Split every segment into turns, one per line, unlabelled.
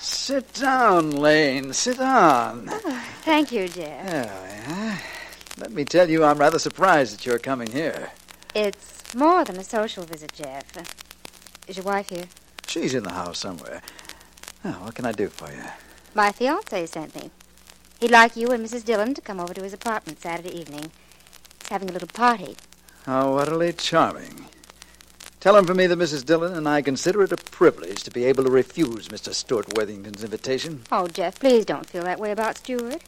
Sit down, Lane. Sit down.
Thank you, dear.
There we are. Let me tell you, I'm rather surprised that you're coming here.
It's more than a social visit, Jeff. Is your wife here?
She's in the house somewhere. Oh, what can I do for you?
My fiance sent me. He'd like you and Mrs. Dillon to come over to his apartment Saturday evening. He's having a little party.
How Oh, utterly charming. Tell him for me that Mrs. Dillon and I consider it a privilege to be able to refuse Mr. Stuart Worthington's invitation.
Oh, Jeff, please don't feel that way about Stuart.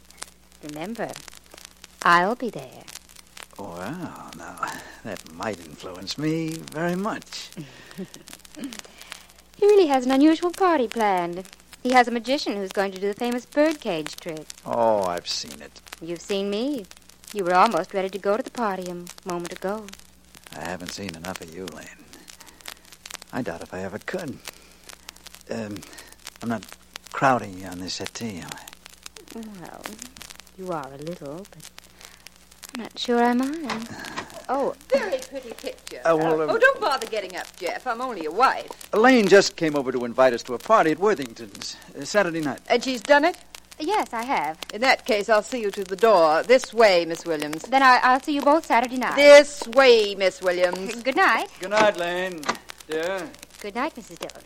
Remember, I'll be there.
Well, Oh, now, that might influence me very much.
He really has an unusual party planned. He has a magician who's going to do the famous birdcage trick.
Oh, I've seen it.
You've seen me. You were almost ready to go to the party a moment ago.
I haven't seen enough of you, Lane. I doubt if I ever could. Um, I'm not crowding you on this settee, am I?
Well, you are a little, but I'm not sure I mind. Oh,
Very pretty picture.
Oh, well, um-
oh, don't bother getting up, Jeff. I'm only your wife.
Lane just came over to invite us to a party at Worthington's uh, Saturday night.
And she's done it?
yes, I have.
In that case, I'll see you to the door. This way, Miss Williams.
Then I, I'll see you both Saturday night.
This way, Miss Williams.
Good night.
Good night, Lane. Dear.
Good night, Mrs. Dillon.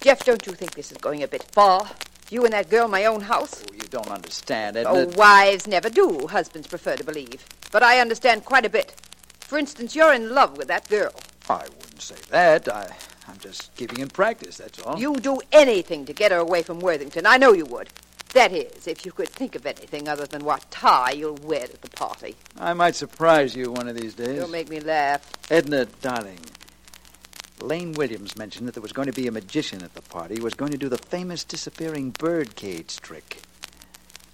Jeff, don't you think this is going a bit far? You and that girl in my own house?
Oh, you don't understand,
Oh,
Edna.
wives never do, husbands prefer to believe. But I understand quite a bit. For instance, you're in love with that girl.
I wouldn't say that. I, I'm just giving it practice, that's all.
You do anything to get her away from Worthington. I know you would. That is, if you could think of anything other than what tie you'll wear at the party.
I might surprise you one of these days.
You'll make me laugh.
Edna, darling. Lane Williams mentioned that there was going to be a magician at the party who was going to do the famous disappearing bird cage trick.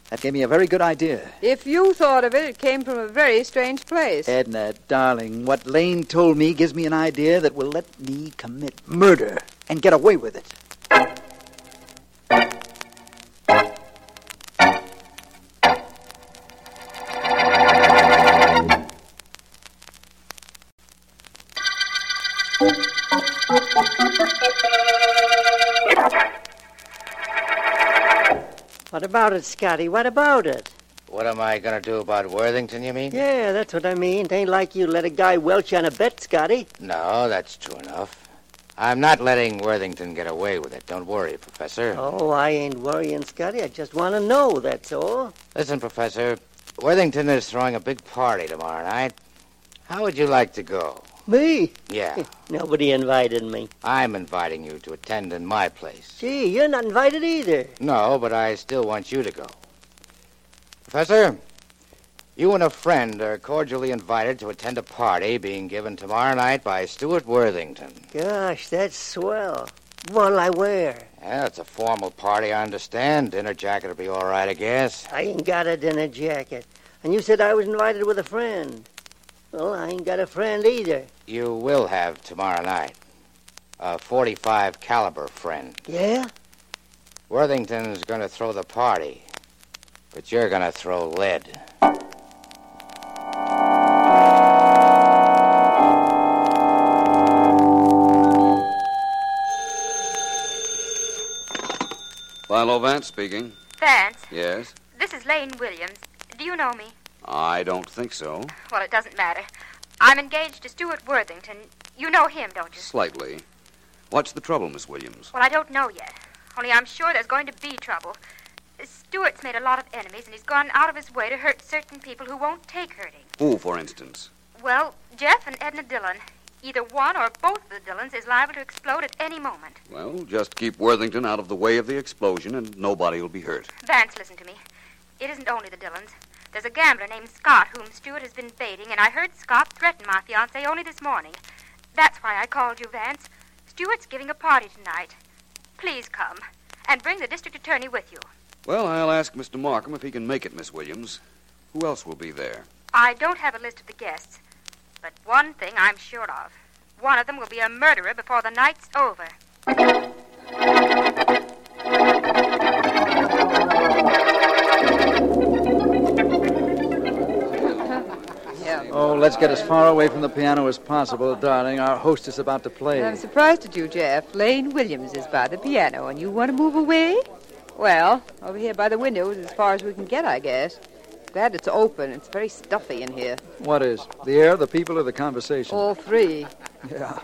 That gave me a very good idea.
If you thought of it, it came from a very strange place.
Edna, darling, what Lane told me gives me an idea that will let me commit murder and get away with it.
What about it, Scotty? What about it?
What am I going to do about Worthington, you mean?
Yeah, that's what I mean. It ain't like you let a guy welch on a bet, Scotty.
No, that's true enough. I'm not letting Worthington get away with it. Don't worry, Professor.
Oh, I ain't worrying, Scotty. I just want to know, that's all.
Listen, Professor, Worthington is throwing a big party tomorrow night. How would you like to go?
Me?
Yeah,
Nobody invited me.
I'm inviting you to attend in my place.
Gee, you're not invited either.
No, but I still want you to go. Professor, you and a friend are cordially invited to attend a party being given tomorrow night by Stuart Worthington.
Gosh, that's swell. What'll I wear?
Yeah, it's a formal party, I understand. Dinner jacket will be all right, I guess.
I ain't got a dinner jacket. And you said I was invited with a friend. Well, I ain't got a friend either.
You will have tomorrow night. A 45 caliber friend.
Yeah?
Worthington's going to throw the party, but you're going to throw lead.
Philo Vance speaking.
Vance,
Yes?
this is Lane Williams. Do you know me?
I don't think so.
Well, it doesn't matter. I'm engaged to Stuart Worthington. You know him, don't you?
Slightly. What's the trouble, Miss Williams?
Well, I don't know yet. Only I'm sure there's going to be trouble. Stuart's made a lot of enemies, and he's gone out of his way to hurt certain people who won't take hurting.
Who, for instance?
Well, Jeff and Edna Dillon. Either one or both of the Dillons is liable to explode at any moment.
Well, just keep Worthington out of the way of the explosion and nobody will be hurt.
Vance, listen to me. It isn't only the Dillons. There's a gambler named Scott whom Stuart has been baiting, and I heard Scott threaten my fiancée only this morning. That's why I called you, Vance. Stuart's giving a party tonight. Please come. And bring the district attorney with you.
Well, I'll ask Mr. Markham if he can make it, Miss Williams. Who else will be there?
I don't have a list of the guests, but one thing I'm sure of. One of them will be a murderer before the night's over.
Oh, let's get as far away from the piano as possible, darling. Our host is about to play.
I'm surprised at you, Jeff. Lane Williams is by the piano, and you want to move away? Well, over here by the window is as far as we can get, I guess. Glad it's open. It's very stuffy in here.
What is? The air, the people, or the conversation?
All three.
Yeah.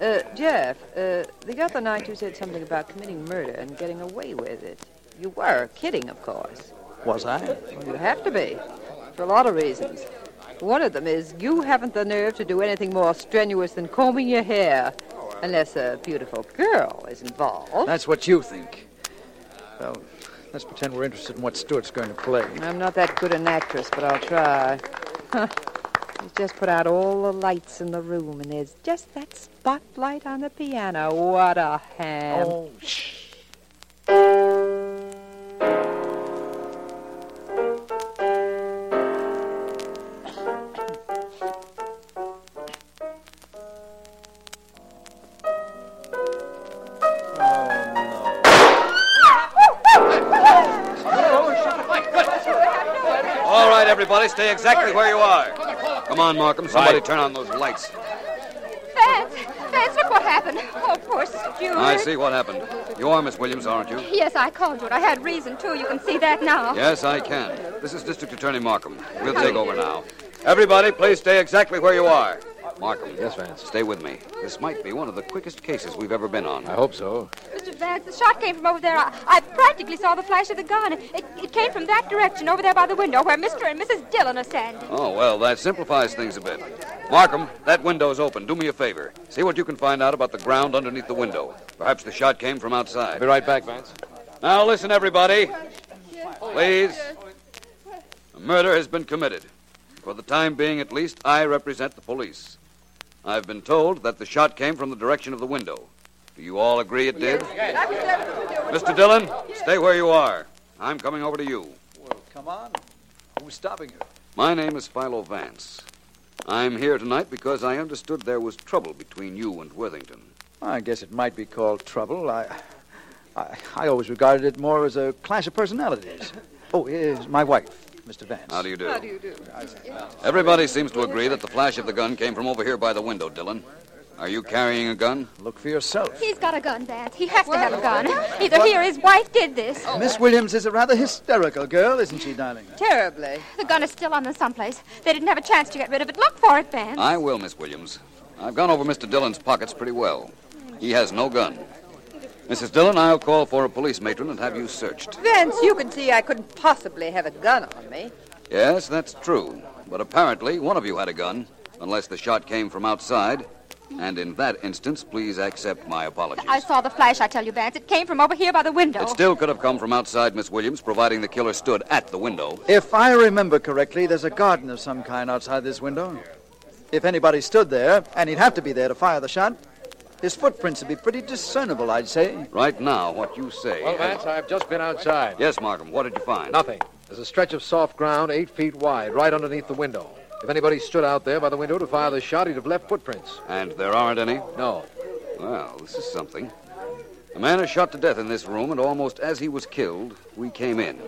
Uh, Jeff, uh, the other night you said something about committing murder and getting away with it. You were kidding, of course.
Was I?
Well, you have to be, for a lot of reasons. One of them is you haven't the nerve to do anything more strenuous than combing your hair, unless a beautiful girl is involved.
That's what you think. Well, let's pretend we're interested in what Stuart's going to play.
I'm not that good an actress, but I'll try. Huh. He's just put out all the lights in the room, and there's just that spotlight on the piano. What a ham.
Oh, shh.
All right, everybody, stay exactly where you are. Come on, Markham, somebody turn on those lights.
Vance, Vance, look what happened. Oh, poor Stuart.
I see what happened. You are Miss Williams, aren't you?
Yes, I called you, and I had reason, too. You can see that now.
Yes, I can. This is District Attorney Markham. We'll take over now. Everybody, please stay exactly where you are. Markham. Yes, Vance. Stay with me. This might be one of the quickest cases we've ever been on.
I hope so.
Mr. Vance, the shot came from over there. I, I practically saw the flash of the gun. It, it came from that direction over there by the window where Mr. and Mrs. Dillon are standing.
Oh, well, that simplifies things a bit. Markham, that window's open. Do me a favor. See what you can find out about the ground underneath the window. Perhaps the shot came from outside.
Be right back, Vance.
Now, listen, everybody. Please. A murder has been committed. For the time being, at least, I represent the police. I've been told that the shot came from the direction of the window. Do you all agree it did? Mr. Dillon, stay where you are. I'm coming over to you.
Well, come on. Who's stopping you?
My name is Philo Vance. I'm here tonight because I understood there was trouble between you and Worthington.
I guess it might be called trouble. I, I, I always regarded it more as a clash of personalities. Oh, here's my wife, Mr. Vance.
How do you do? How do you do? Everybody seems to agree that the flash of the gun came from over here by the window, Dillon. Are you carrying a gun?
Look for yourself.
He's got a gun, Vance. He has to have a gun. Either he or his wife did this.
Miss Williams is a rather hysterical girl, isn't she, darling?
Terribly.
The gun is still on them someplace. They didn't have a chance to get rid of it. Look for it, Vance.
I will, Miss Williams. I've gone over Mr. Dillon's pockets pretty well. He has no gun. Mrs. Dillon, I'll call for a police matron and have you searched.
Vance, you can see I couldn't possibly have a gun on me.
Yes, that's true. But apparently, one of you had a gun, unless the shot came from outside. And in that instance, please accept my apologies.
I saw the flash, I tell you, Vance. It came from over here by the window.
It still could have come from outside, Miss Williams, providing the killer stood at the window.
If I remember correctly, there's a garden of some kind outside this window. If anybody stood there, and he'd have to be there to fire the shot, his footprints would be pretty discernible, I'd say.
Right now, what you say.
Well, Vance, I've just been outside.
Yes, Markham, what did you find?
Nothing. There's a stretch of soft ground eight feet wide, right underneath the window. If anybody stood out there by the window to fire the shot, he'd have left footprints.
And there aren't any?
No.
Well, this is something. A man is shot to death in this room, and almost as he was killed, we came in.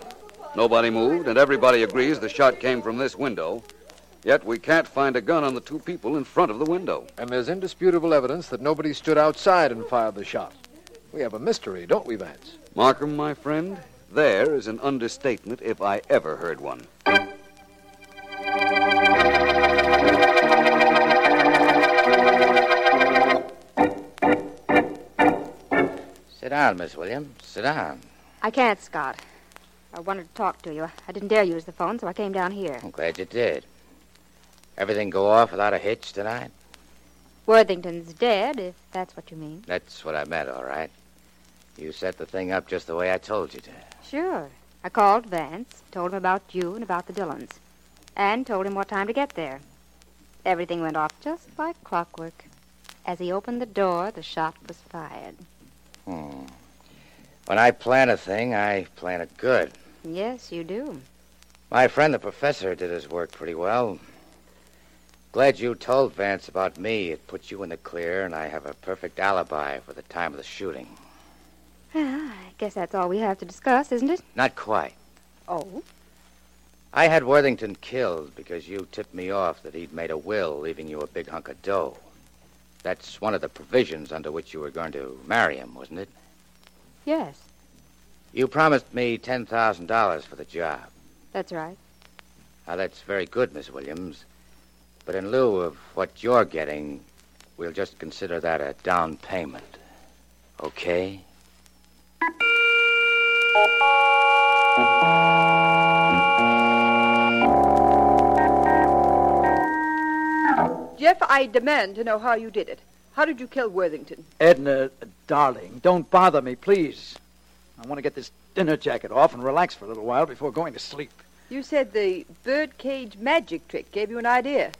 Nobody moved, and everybody agrees the shot came from this window. Yet we can't find a gun on the two people in front of the window.
And there's indisputable evidence that nobody stood outside and fired the shot. We have a mystery, don't we, Vance?
Markham, my friend, there is an understatement if I ever heard one.
Sit down, Miss Williams. Sit down.
I can't, Scott. I wanted to talk to you. I didn't dare use the phone, so I came down here.
I'm glad you did. Everything go off without a hitch tonight?
Worthington's dead, if that's what you mean.
That's what I meant, all right. You set the thing up just the way I told you to.
Sure. I called Vance, told him about you and about the Dillons, and told him what time to get there. Everything went off just like clockwork. As he opened the door, the shot was fired.
Hmm. When I plan a thing, I plan it good.
Yes, you do.
My friend, the professor, did his work pretty well. Glad you told Vance about me. It puts you in the clear, and I have a perfect alibi for the time of the shooting.
Well, I guess that's all we have to discuss, isn't it?
Not quite.
Oh.
I had Worthington killed because you tipped me off that he'd made a will leaving you a big hunk of dough. That's one of the provisions under which you were going to marry him, wasn't it?
Yes,
You promised me $10,000 for the job.
that's right.
Now, that's very good, Miss Williams. But in lieu of what you're getting, we'll just consider that a down payment. Okay?
Jeff, I demand to know how you did it. How did you kill Worthington?
Edna, darling, don't bother me, please. I want to get this dinner jacket off and relax for a little while before going to sleep.
You said the birdcage magic trick gave you an idea.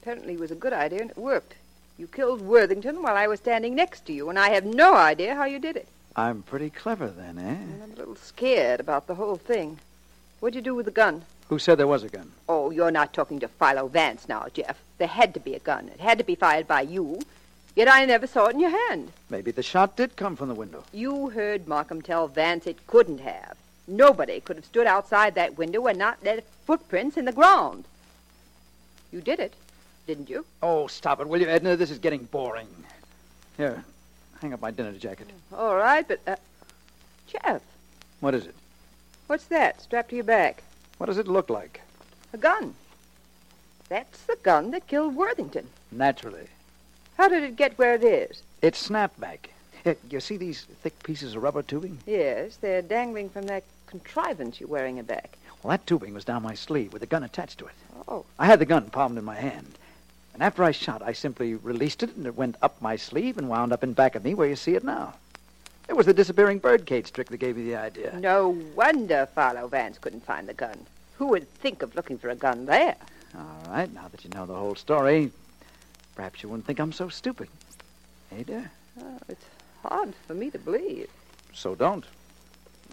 Apparently it was a good idea and it worked. You killed Worthington while I was standing next to you, and I have no idea how you did it.
I'm pretty clever then, eh?
And I'm a little scared about the whole thing. What'd you do with the gun?
Who said there was a gun?
Oh, you're not talking to Philo Vance now, Jeff. There had to be a gun. It had to be fired by you. Yet I never saw it in your hand.
Maybe the shot did come from the window.
You heard Markham tell Vance it couldn't have. Nobody could have stood outside that window and not left footprints in the ground. You did it, didn't you?
Oh, stop it, will you, Edna? This is getting boring. Here, hang up my dinner jacket.
All right, but. Uh, Jeff,
What is it?
what's that strapped to your back?
What does it look like?
A gun. That's the gun that killed Worthington.
Naturally.
How did it get where it is?
It's snap back. Here, You see these thick pieces of rubber tubing?
Yes, they're dangling from that contrivance you're wearing about.
Well, that tubing was down my sleeve with a gun attached to it.
Oh.
I had the gun palmed in my hand. And after I shot, I simply released it, and it went up my sleeve and wound up in back of me where you see it now. It was the disappearing birdcage trick that gave you the idea.
uh, No wonder Philo Vance couldn't find the gun. Who would think of looking for a gun there?
All right, now that you know the whole story, perhaps you wouldn't think I'm so stupid. Ada?
Oh, it's hard for me to believe.
So don't.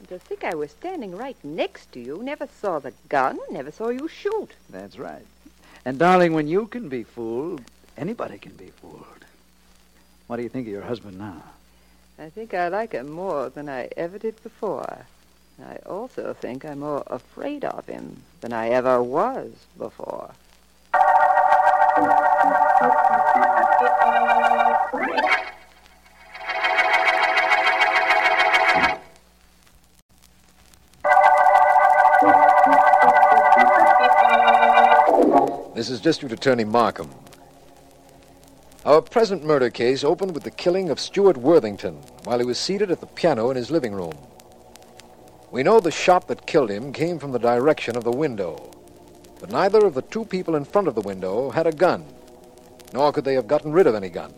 To think I was standing right next to you, never saw the gun, never saw you shoot.
That's right. And, darling, when you can be fooled, anybody can be fooled. What do you think of your husband now?
I think I like him more than I ever did before. I also think I'm more afraid of him than I ever was before.
This is District Attorney Markham. Our present murder case opened with the killing of Stuart Worthington while he was seated at the piano in his living room. We know the shot that killed him came from the direction of the window, but neither of the two people in front of the window had a gun, nor could they have gotten rid of any gun.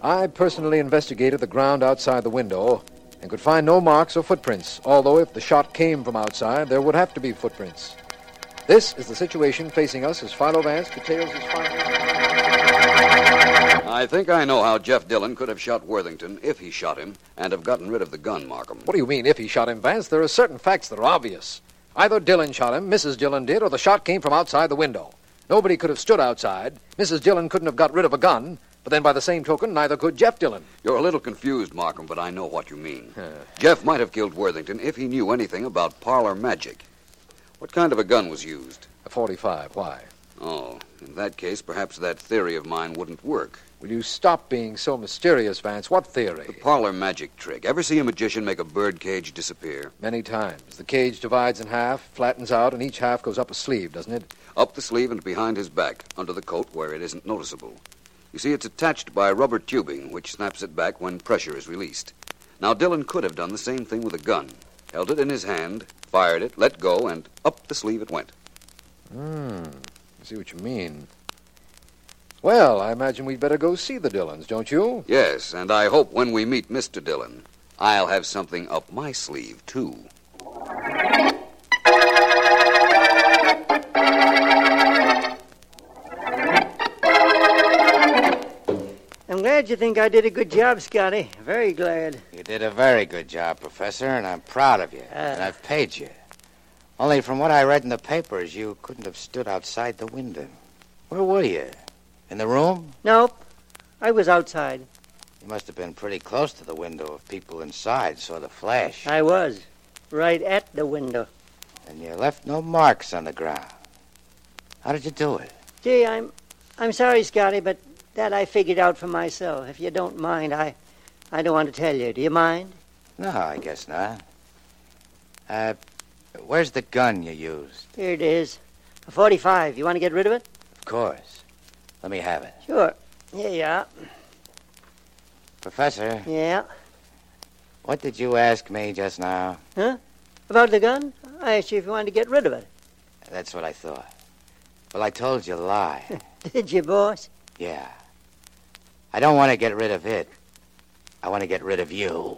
I personally investigated the ground outside the window and could find no marks or footprints, although if the shot came from outside, there would have to be footprints. This is the situation facing us as Philo Vance details his findings.
I think I know how Jeff Dillon could have shot Worthington if he shot him and have gotten rid of the gun, Markham.
What do you mean, if he shot him, Vance? There are certain facts that are obvious. Either Dillon shot him, Mrs. Dillon did, or the shot came from outside the window. Nobody could have stood outside. Mrs. Dillon couldn't have got rid of a gun. But then, by the same token, neither could Jeff Dillon.
You're a little confused, Markham, but I know what you mean. Jeff might have killed Worthington if he knew anything about parlor magic. What kind of a gun was used?
A 45. Why?
Oh, in that case, perhaps that theory of mine wouldn't work.
Will you stop being so mysterious, Vance? What
The
theory?
parlor magic trick. Ever see a magician make a birdcage disappear?
Many times. The cage divides in half, flattens out, and each half goes up a sleeve, doesn't it?
Up the sleeve and behind his back, under the coat where it isn't noticeable. You see, it's attached by rubber tubing, which snaps it back when pressure is released. Now, Dillon could have done the same thing with a gun. Held it in his hand, fired it, let go, and up the sleeve it went.
Hmm. I see what you mean. Well, I imagine we'd better go see the Dillons, don't you?
Yes, and I hope when we meet Mr. Dillon, I'll have something up my sleeve, too.
I'm glad you think I did a good job, Scotty. Very glad.
You did a very good job, Professor, and I'm proud of you.
Uh.
and I've paid you. Only from what I read in the papers, you couldn't have stood outside the window. Where were you? In the room?
Nope. I was outside.
You must have been pretty close to the window if people inside saw the flash.
I was. Right at the window.
And you left no marks on the ground. How did you do it?
Gee, I'm I'm sorry, Scotty, but that I figured out for myself. If you don't mind, I I don't want to tell you. Do you mind?
No, I guess not. Uh, where's the gun you used?
Here it is. A forty five. You want to get rid of it?
Of course. Let me have it.
Sure. Here you are.
Professor,
Yeah.
what did you ask me just now?
About the gun? I asked you if you wanted to get rid of it.
That's what I thought. Well, I told you a lie.
Did you, boss?
yeah. I don't want to get rid of it. I want to get rid of you.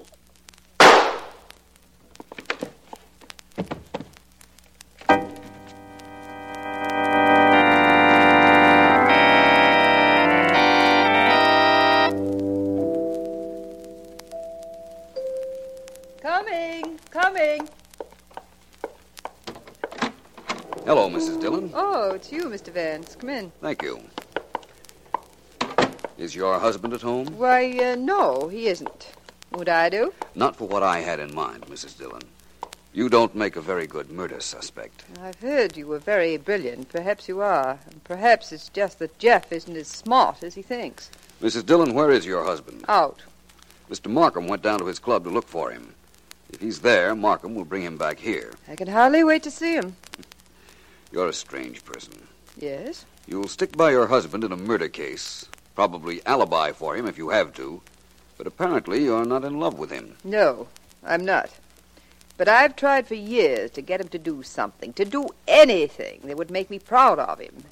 Coming, coming.
Hello, Mrs. Dillon.
Oh, it's you, Mr. Vance. Come in.
Thank you. Is your husband at home?
Why, uh, no, he isn't. Would I do?
Not for what I had in mind, Mrs. Dillon. You don't make a very good murder suspect.
I've heard you were very brilliant. Perhaps you are. And perhaps it's just that Jeff isn't as smart as he thinks.
Mrs. Dillon, where is your husband?
Out.
Mr. Markham went down to his club to look for him. If he's there, Markham will bring him back here.
I can hardly wait to see him.
You're a strange person.
Yes?
You'll stick by your husband in a murder case, probably alibi for him if you have to, but apparently you're not in love with him.
No, I'm not. But I've tried for years to get him to do something, to do anything that would make me proud of him.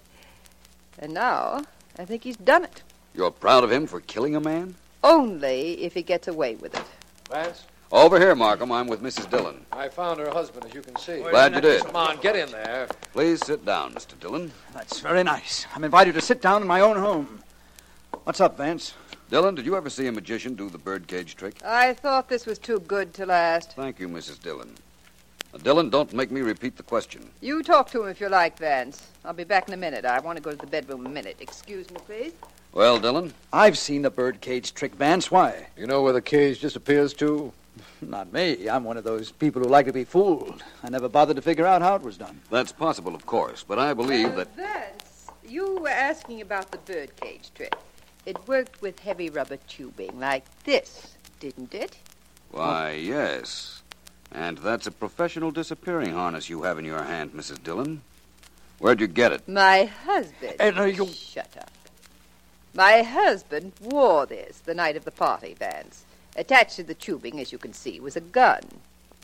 And now I think he's done it.
You're proud of him for killing a man?
Only if he gets away with it.
Vance,
Over here, Markham. I'm with Mrs. Dillon.
I found her husband, as you can see.
Glad you did.
Come on, get in there.
Please sit down, Mr. Dillon.
That's very nice. I'm invited to sit down in my own home. What's up, Vance?
Dillon, did you ever see a magician do the birdcage trick?
I thought this was too good to last.
Thank you, Mrs. Dillon. Now, Dillon, don't make me repeat the question.
You talk to him if you like, Vance. I'll be back in a minute. I want to go to the bedroom a minute. Excuse me, please.
Well, Dillon,
I've seen the birdcage trick, Vance. Why?
You know where the cage disappears to?
Not me. I'm one of those people who like to be fooled. I never bothered to figure out how it was done.
that's possible, of course, but I believe that.
Uh, Vance, you were asking about the birdcage trick. It worked with heavy rubber tubing like this, didn't it?
Why, yes. And that's a professional disappearing harness you have in your hand, Mrs. Dillon. Where'd you get it?
My husband.
And are you-
Shut up. My husband wore this the night of the party, Vance. Attached to the tubing, as you can see, was a gun.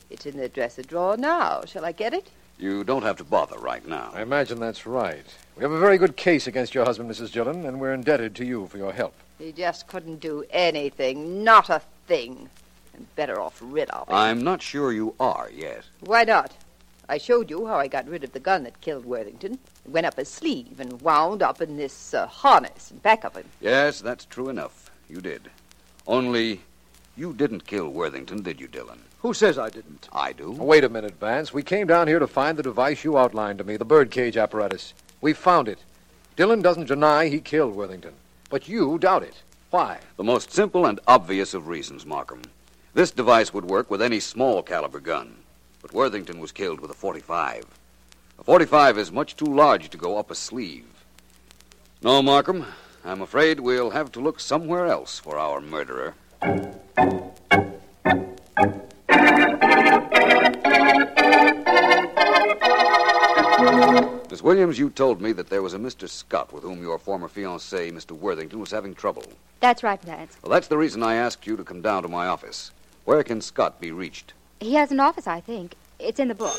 It's in the dresser drawer now. Shall I get it?
You don't have to bother right now.
I imagine that's right. We have a very good case against your husband, Mrs. Dillon, and we're indebted to you for your help.
He just couldn't do anything. Not a thing. And better off rid of it.
I'm not sure you are yet.
Why not? I showed you how I got rid of the gun that killed Worthington. It went up his sleeve and wound up in this uh, harness and back of him.
Yes, that's true enough. You did. Only, you didn't kill Worthington, did you, Dillon?
Who says I didn't?
I do.
Wait a minute, Vance. We came down here to find the device you outlined to me, the birdcage apparatus. We found it. Dillon doesn't deny he killed Worthington, but you doubt it. Why?
The most simple and obvious of reasons, Markham. This device would work with any small caliber gun, but Worthington was killed with a 45. A 45 is much too large to go up a sleeve. No, Markham, I'm afraid we'll have to look somewhere else for our murderer. Miss Williams, you told me that there was a Mr. Scott with whom your former fiancé, Mr. Worthington, was having trouble.
That's right, Vance.
Well, that's the reason I asked you to come down to my office. Where can Scott be reached?
He has an office, I think. It's in the book.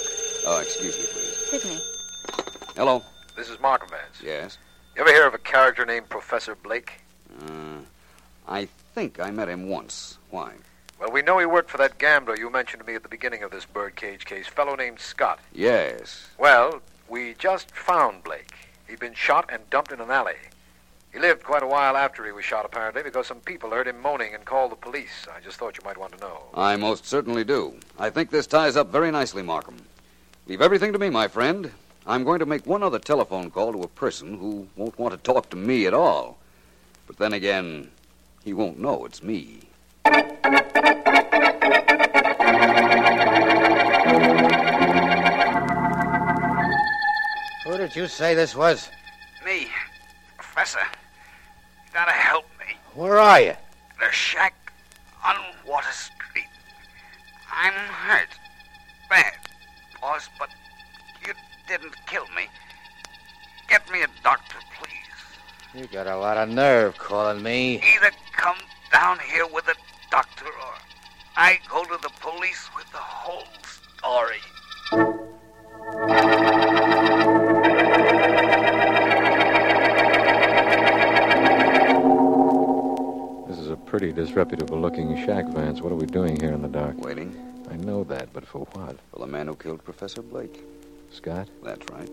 Oh, excuse me, please.
Certainly.
Hello?
This is Markham Vance.
Yes?
You ever hear of a character named Professor Blake?
Uh, I think I met him once. Why?
Well, we know he worked for that gambler you mentioned to me at the beginning of this birdcage case, fellow named Scott.
Yes.
Well, we just found Blake. He'd been shot and dumped in an alley. He lived quite a while after he was shot, apparently, because some people heard him moaning and called the police. I just thought you might want to know.
I most certainly do. I think this ties up very nicely, Markham. Leave everything to me, my friend. I'm going to make one other telephone call to a person who won't want to talk to me at all. But then again, he won't know it's me.
Who did you say this was?
Me, Professor, you gotta help me.
Where are you?
The shack on Water Street. I'm hurt. Bad, boss, but you didn't kill me. Get me a doctor, please.
You got a lot of nerve calling me.
Either come down here with a doctor or I go to the police with the whole story.
This is a pretty disreputable looking shack, Vance. What are we doing here in the dark?
Waiting
I know that, but for what?
for the man who killed Professor Blake.
Scott,
That's right,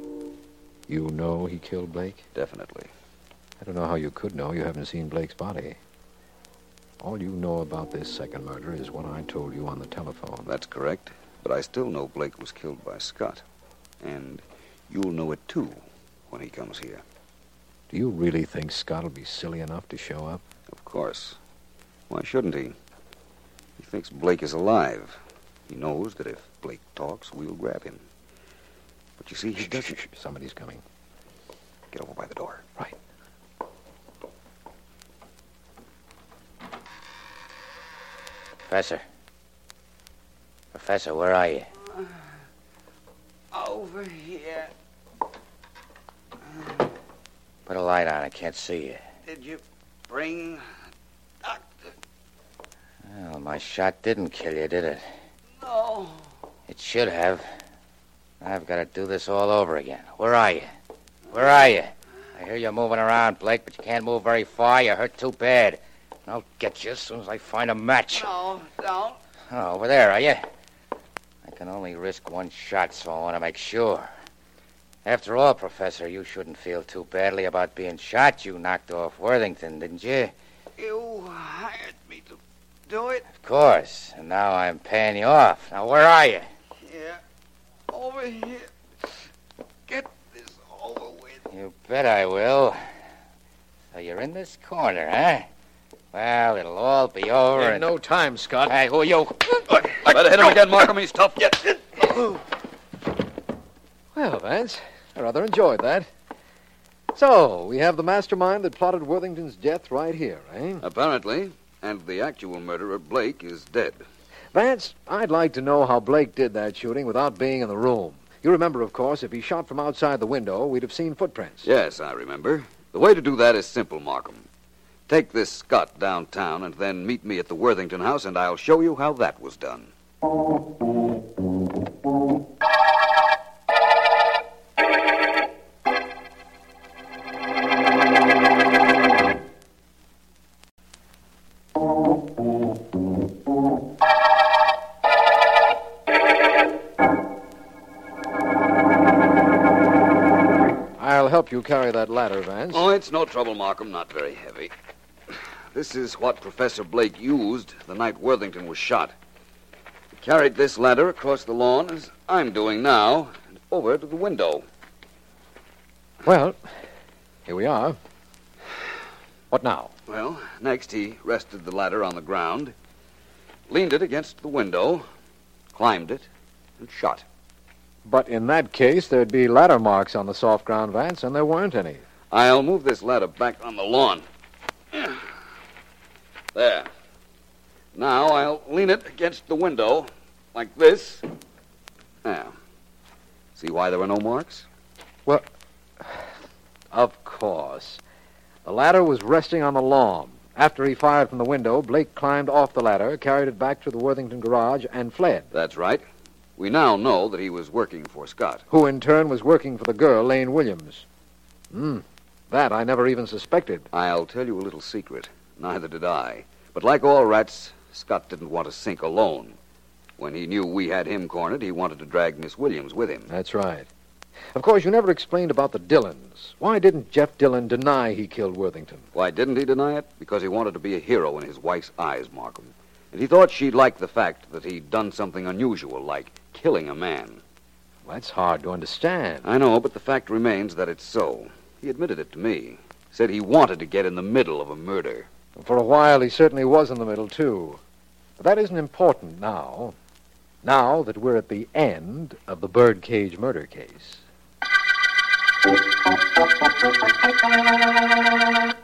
you know he killed Blake?
definitely.
I don't know how you could know. You haven't seen Blake's body. All you know about this second murder is what I told you on the telephone.
That's correct. But I still know Blake was killed by Scott. And you'll know it too when he comes here.
Do you really think Scott'll be silly enough to show up?
Of course. Why shouldn't he? He thinks Blake is alive. He knows that if Blake talks, we'll grab him. But you see, he doesn't.
Shh, shh, Somebody's coming.
Get over by the door.
Right.
Professor. Professor, where are you?
Uh, Over here.
Put a light on. I can't see you.
Did you bring a doctor?
Well, my shot didn't kill you, did it?
No.
It should have. I've got to do this all over again. Where are you? Where are you? I hear you're moving around, Blake, but you can't move very far. You hurt too bad. I'll get you as soon as I find a match.
No, don't.
Oh, over there, are you? I can only risk one shot, so I want to make sure. After all, Professor, you shouldn't feel too badly about being shot. You knocked off Worthington, didn't you?
You hired me to do it
Of course. And now I'm paying you off. Now, where are you?
here. Over here. Get this over with.
You bet I will. So you're in this corner, huh? Well, it'll all be over.
In
and...
no time, Scott.
Hey, who are you?
Better hit him again, Markham. He's tough.
Well, Vance, I rather enjoyed that. So, we have the mastermind that plotted Worthington's death right here, eh?
Apparently. And the actual murderer, Blake, is dead.
Vance, I'd like to know how Blake did that shooting without being in the room. You remember, of course, if he shot from outside the window, we'd have seen footprints.
Yes, I remember. The way to do that is simple, Markham. Take this Scott downtown and then meet me at the Worthington house, and I'll show you how that was done.
I'll help you carry that ladder, Vance.
Oh, it's no trouble, Markham. Not very heavy. This is what Professor Blake used the night Worthington was shot. He carried this ladder across the lawn, as I'm doing now, and over to the window.
Well, here we are. What now?
Well, next he rested the ladder on the ground, leaned it against the window, climbed it, and shot.
But in that case, there'd be ladder marks on the soft ground, Vance, and there weren't any.
I'll move this ladder back on the lawn. There. Now I'll lean it against the window, like this. Now, see why there were no marks?
Of course. The ladder was resting on the lawn. After he fired from the window, Blake climbed off the ladder, carried it back to the Worthington garage, and fled,
That's right. We now know that he was working for Scott.
who in turn was working for the girl, Lane Williams. Hmm. That I never even suspected.
I'll tell you a little secret. Neither did I. But like all rats, Scott didn't want to sink alone. When he knew we had him cornered, he wanted to drag Miss Williams with him.
That's right. Of course, you never explained about the Dillons. Why didn't Jeff Dillon deny he killed Worthington?
Why didn't he deny it? Because he wanted to be a hero in his wife's eyes, Markham. And he thought she'd like the fact that he'd done something unusual, like killing a man.
That's hard to understand.
I know, but the fact remains that it's so. He admitted it to me. Said he wanted to get in the middle of a murder.
For a while, he certainly was in the middle, too. But that isn't important now. Now that we're at the end of the birdcage murder case.
Thank you.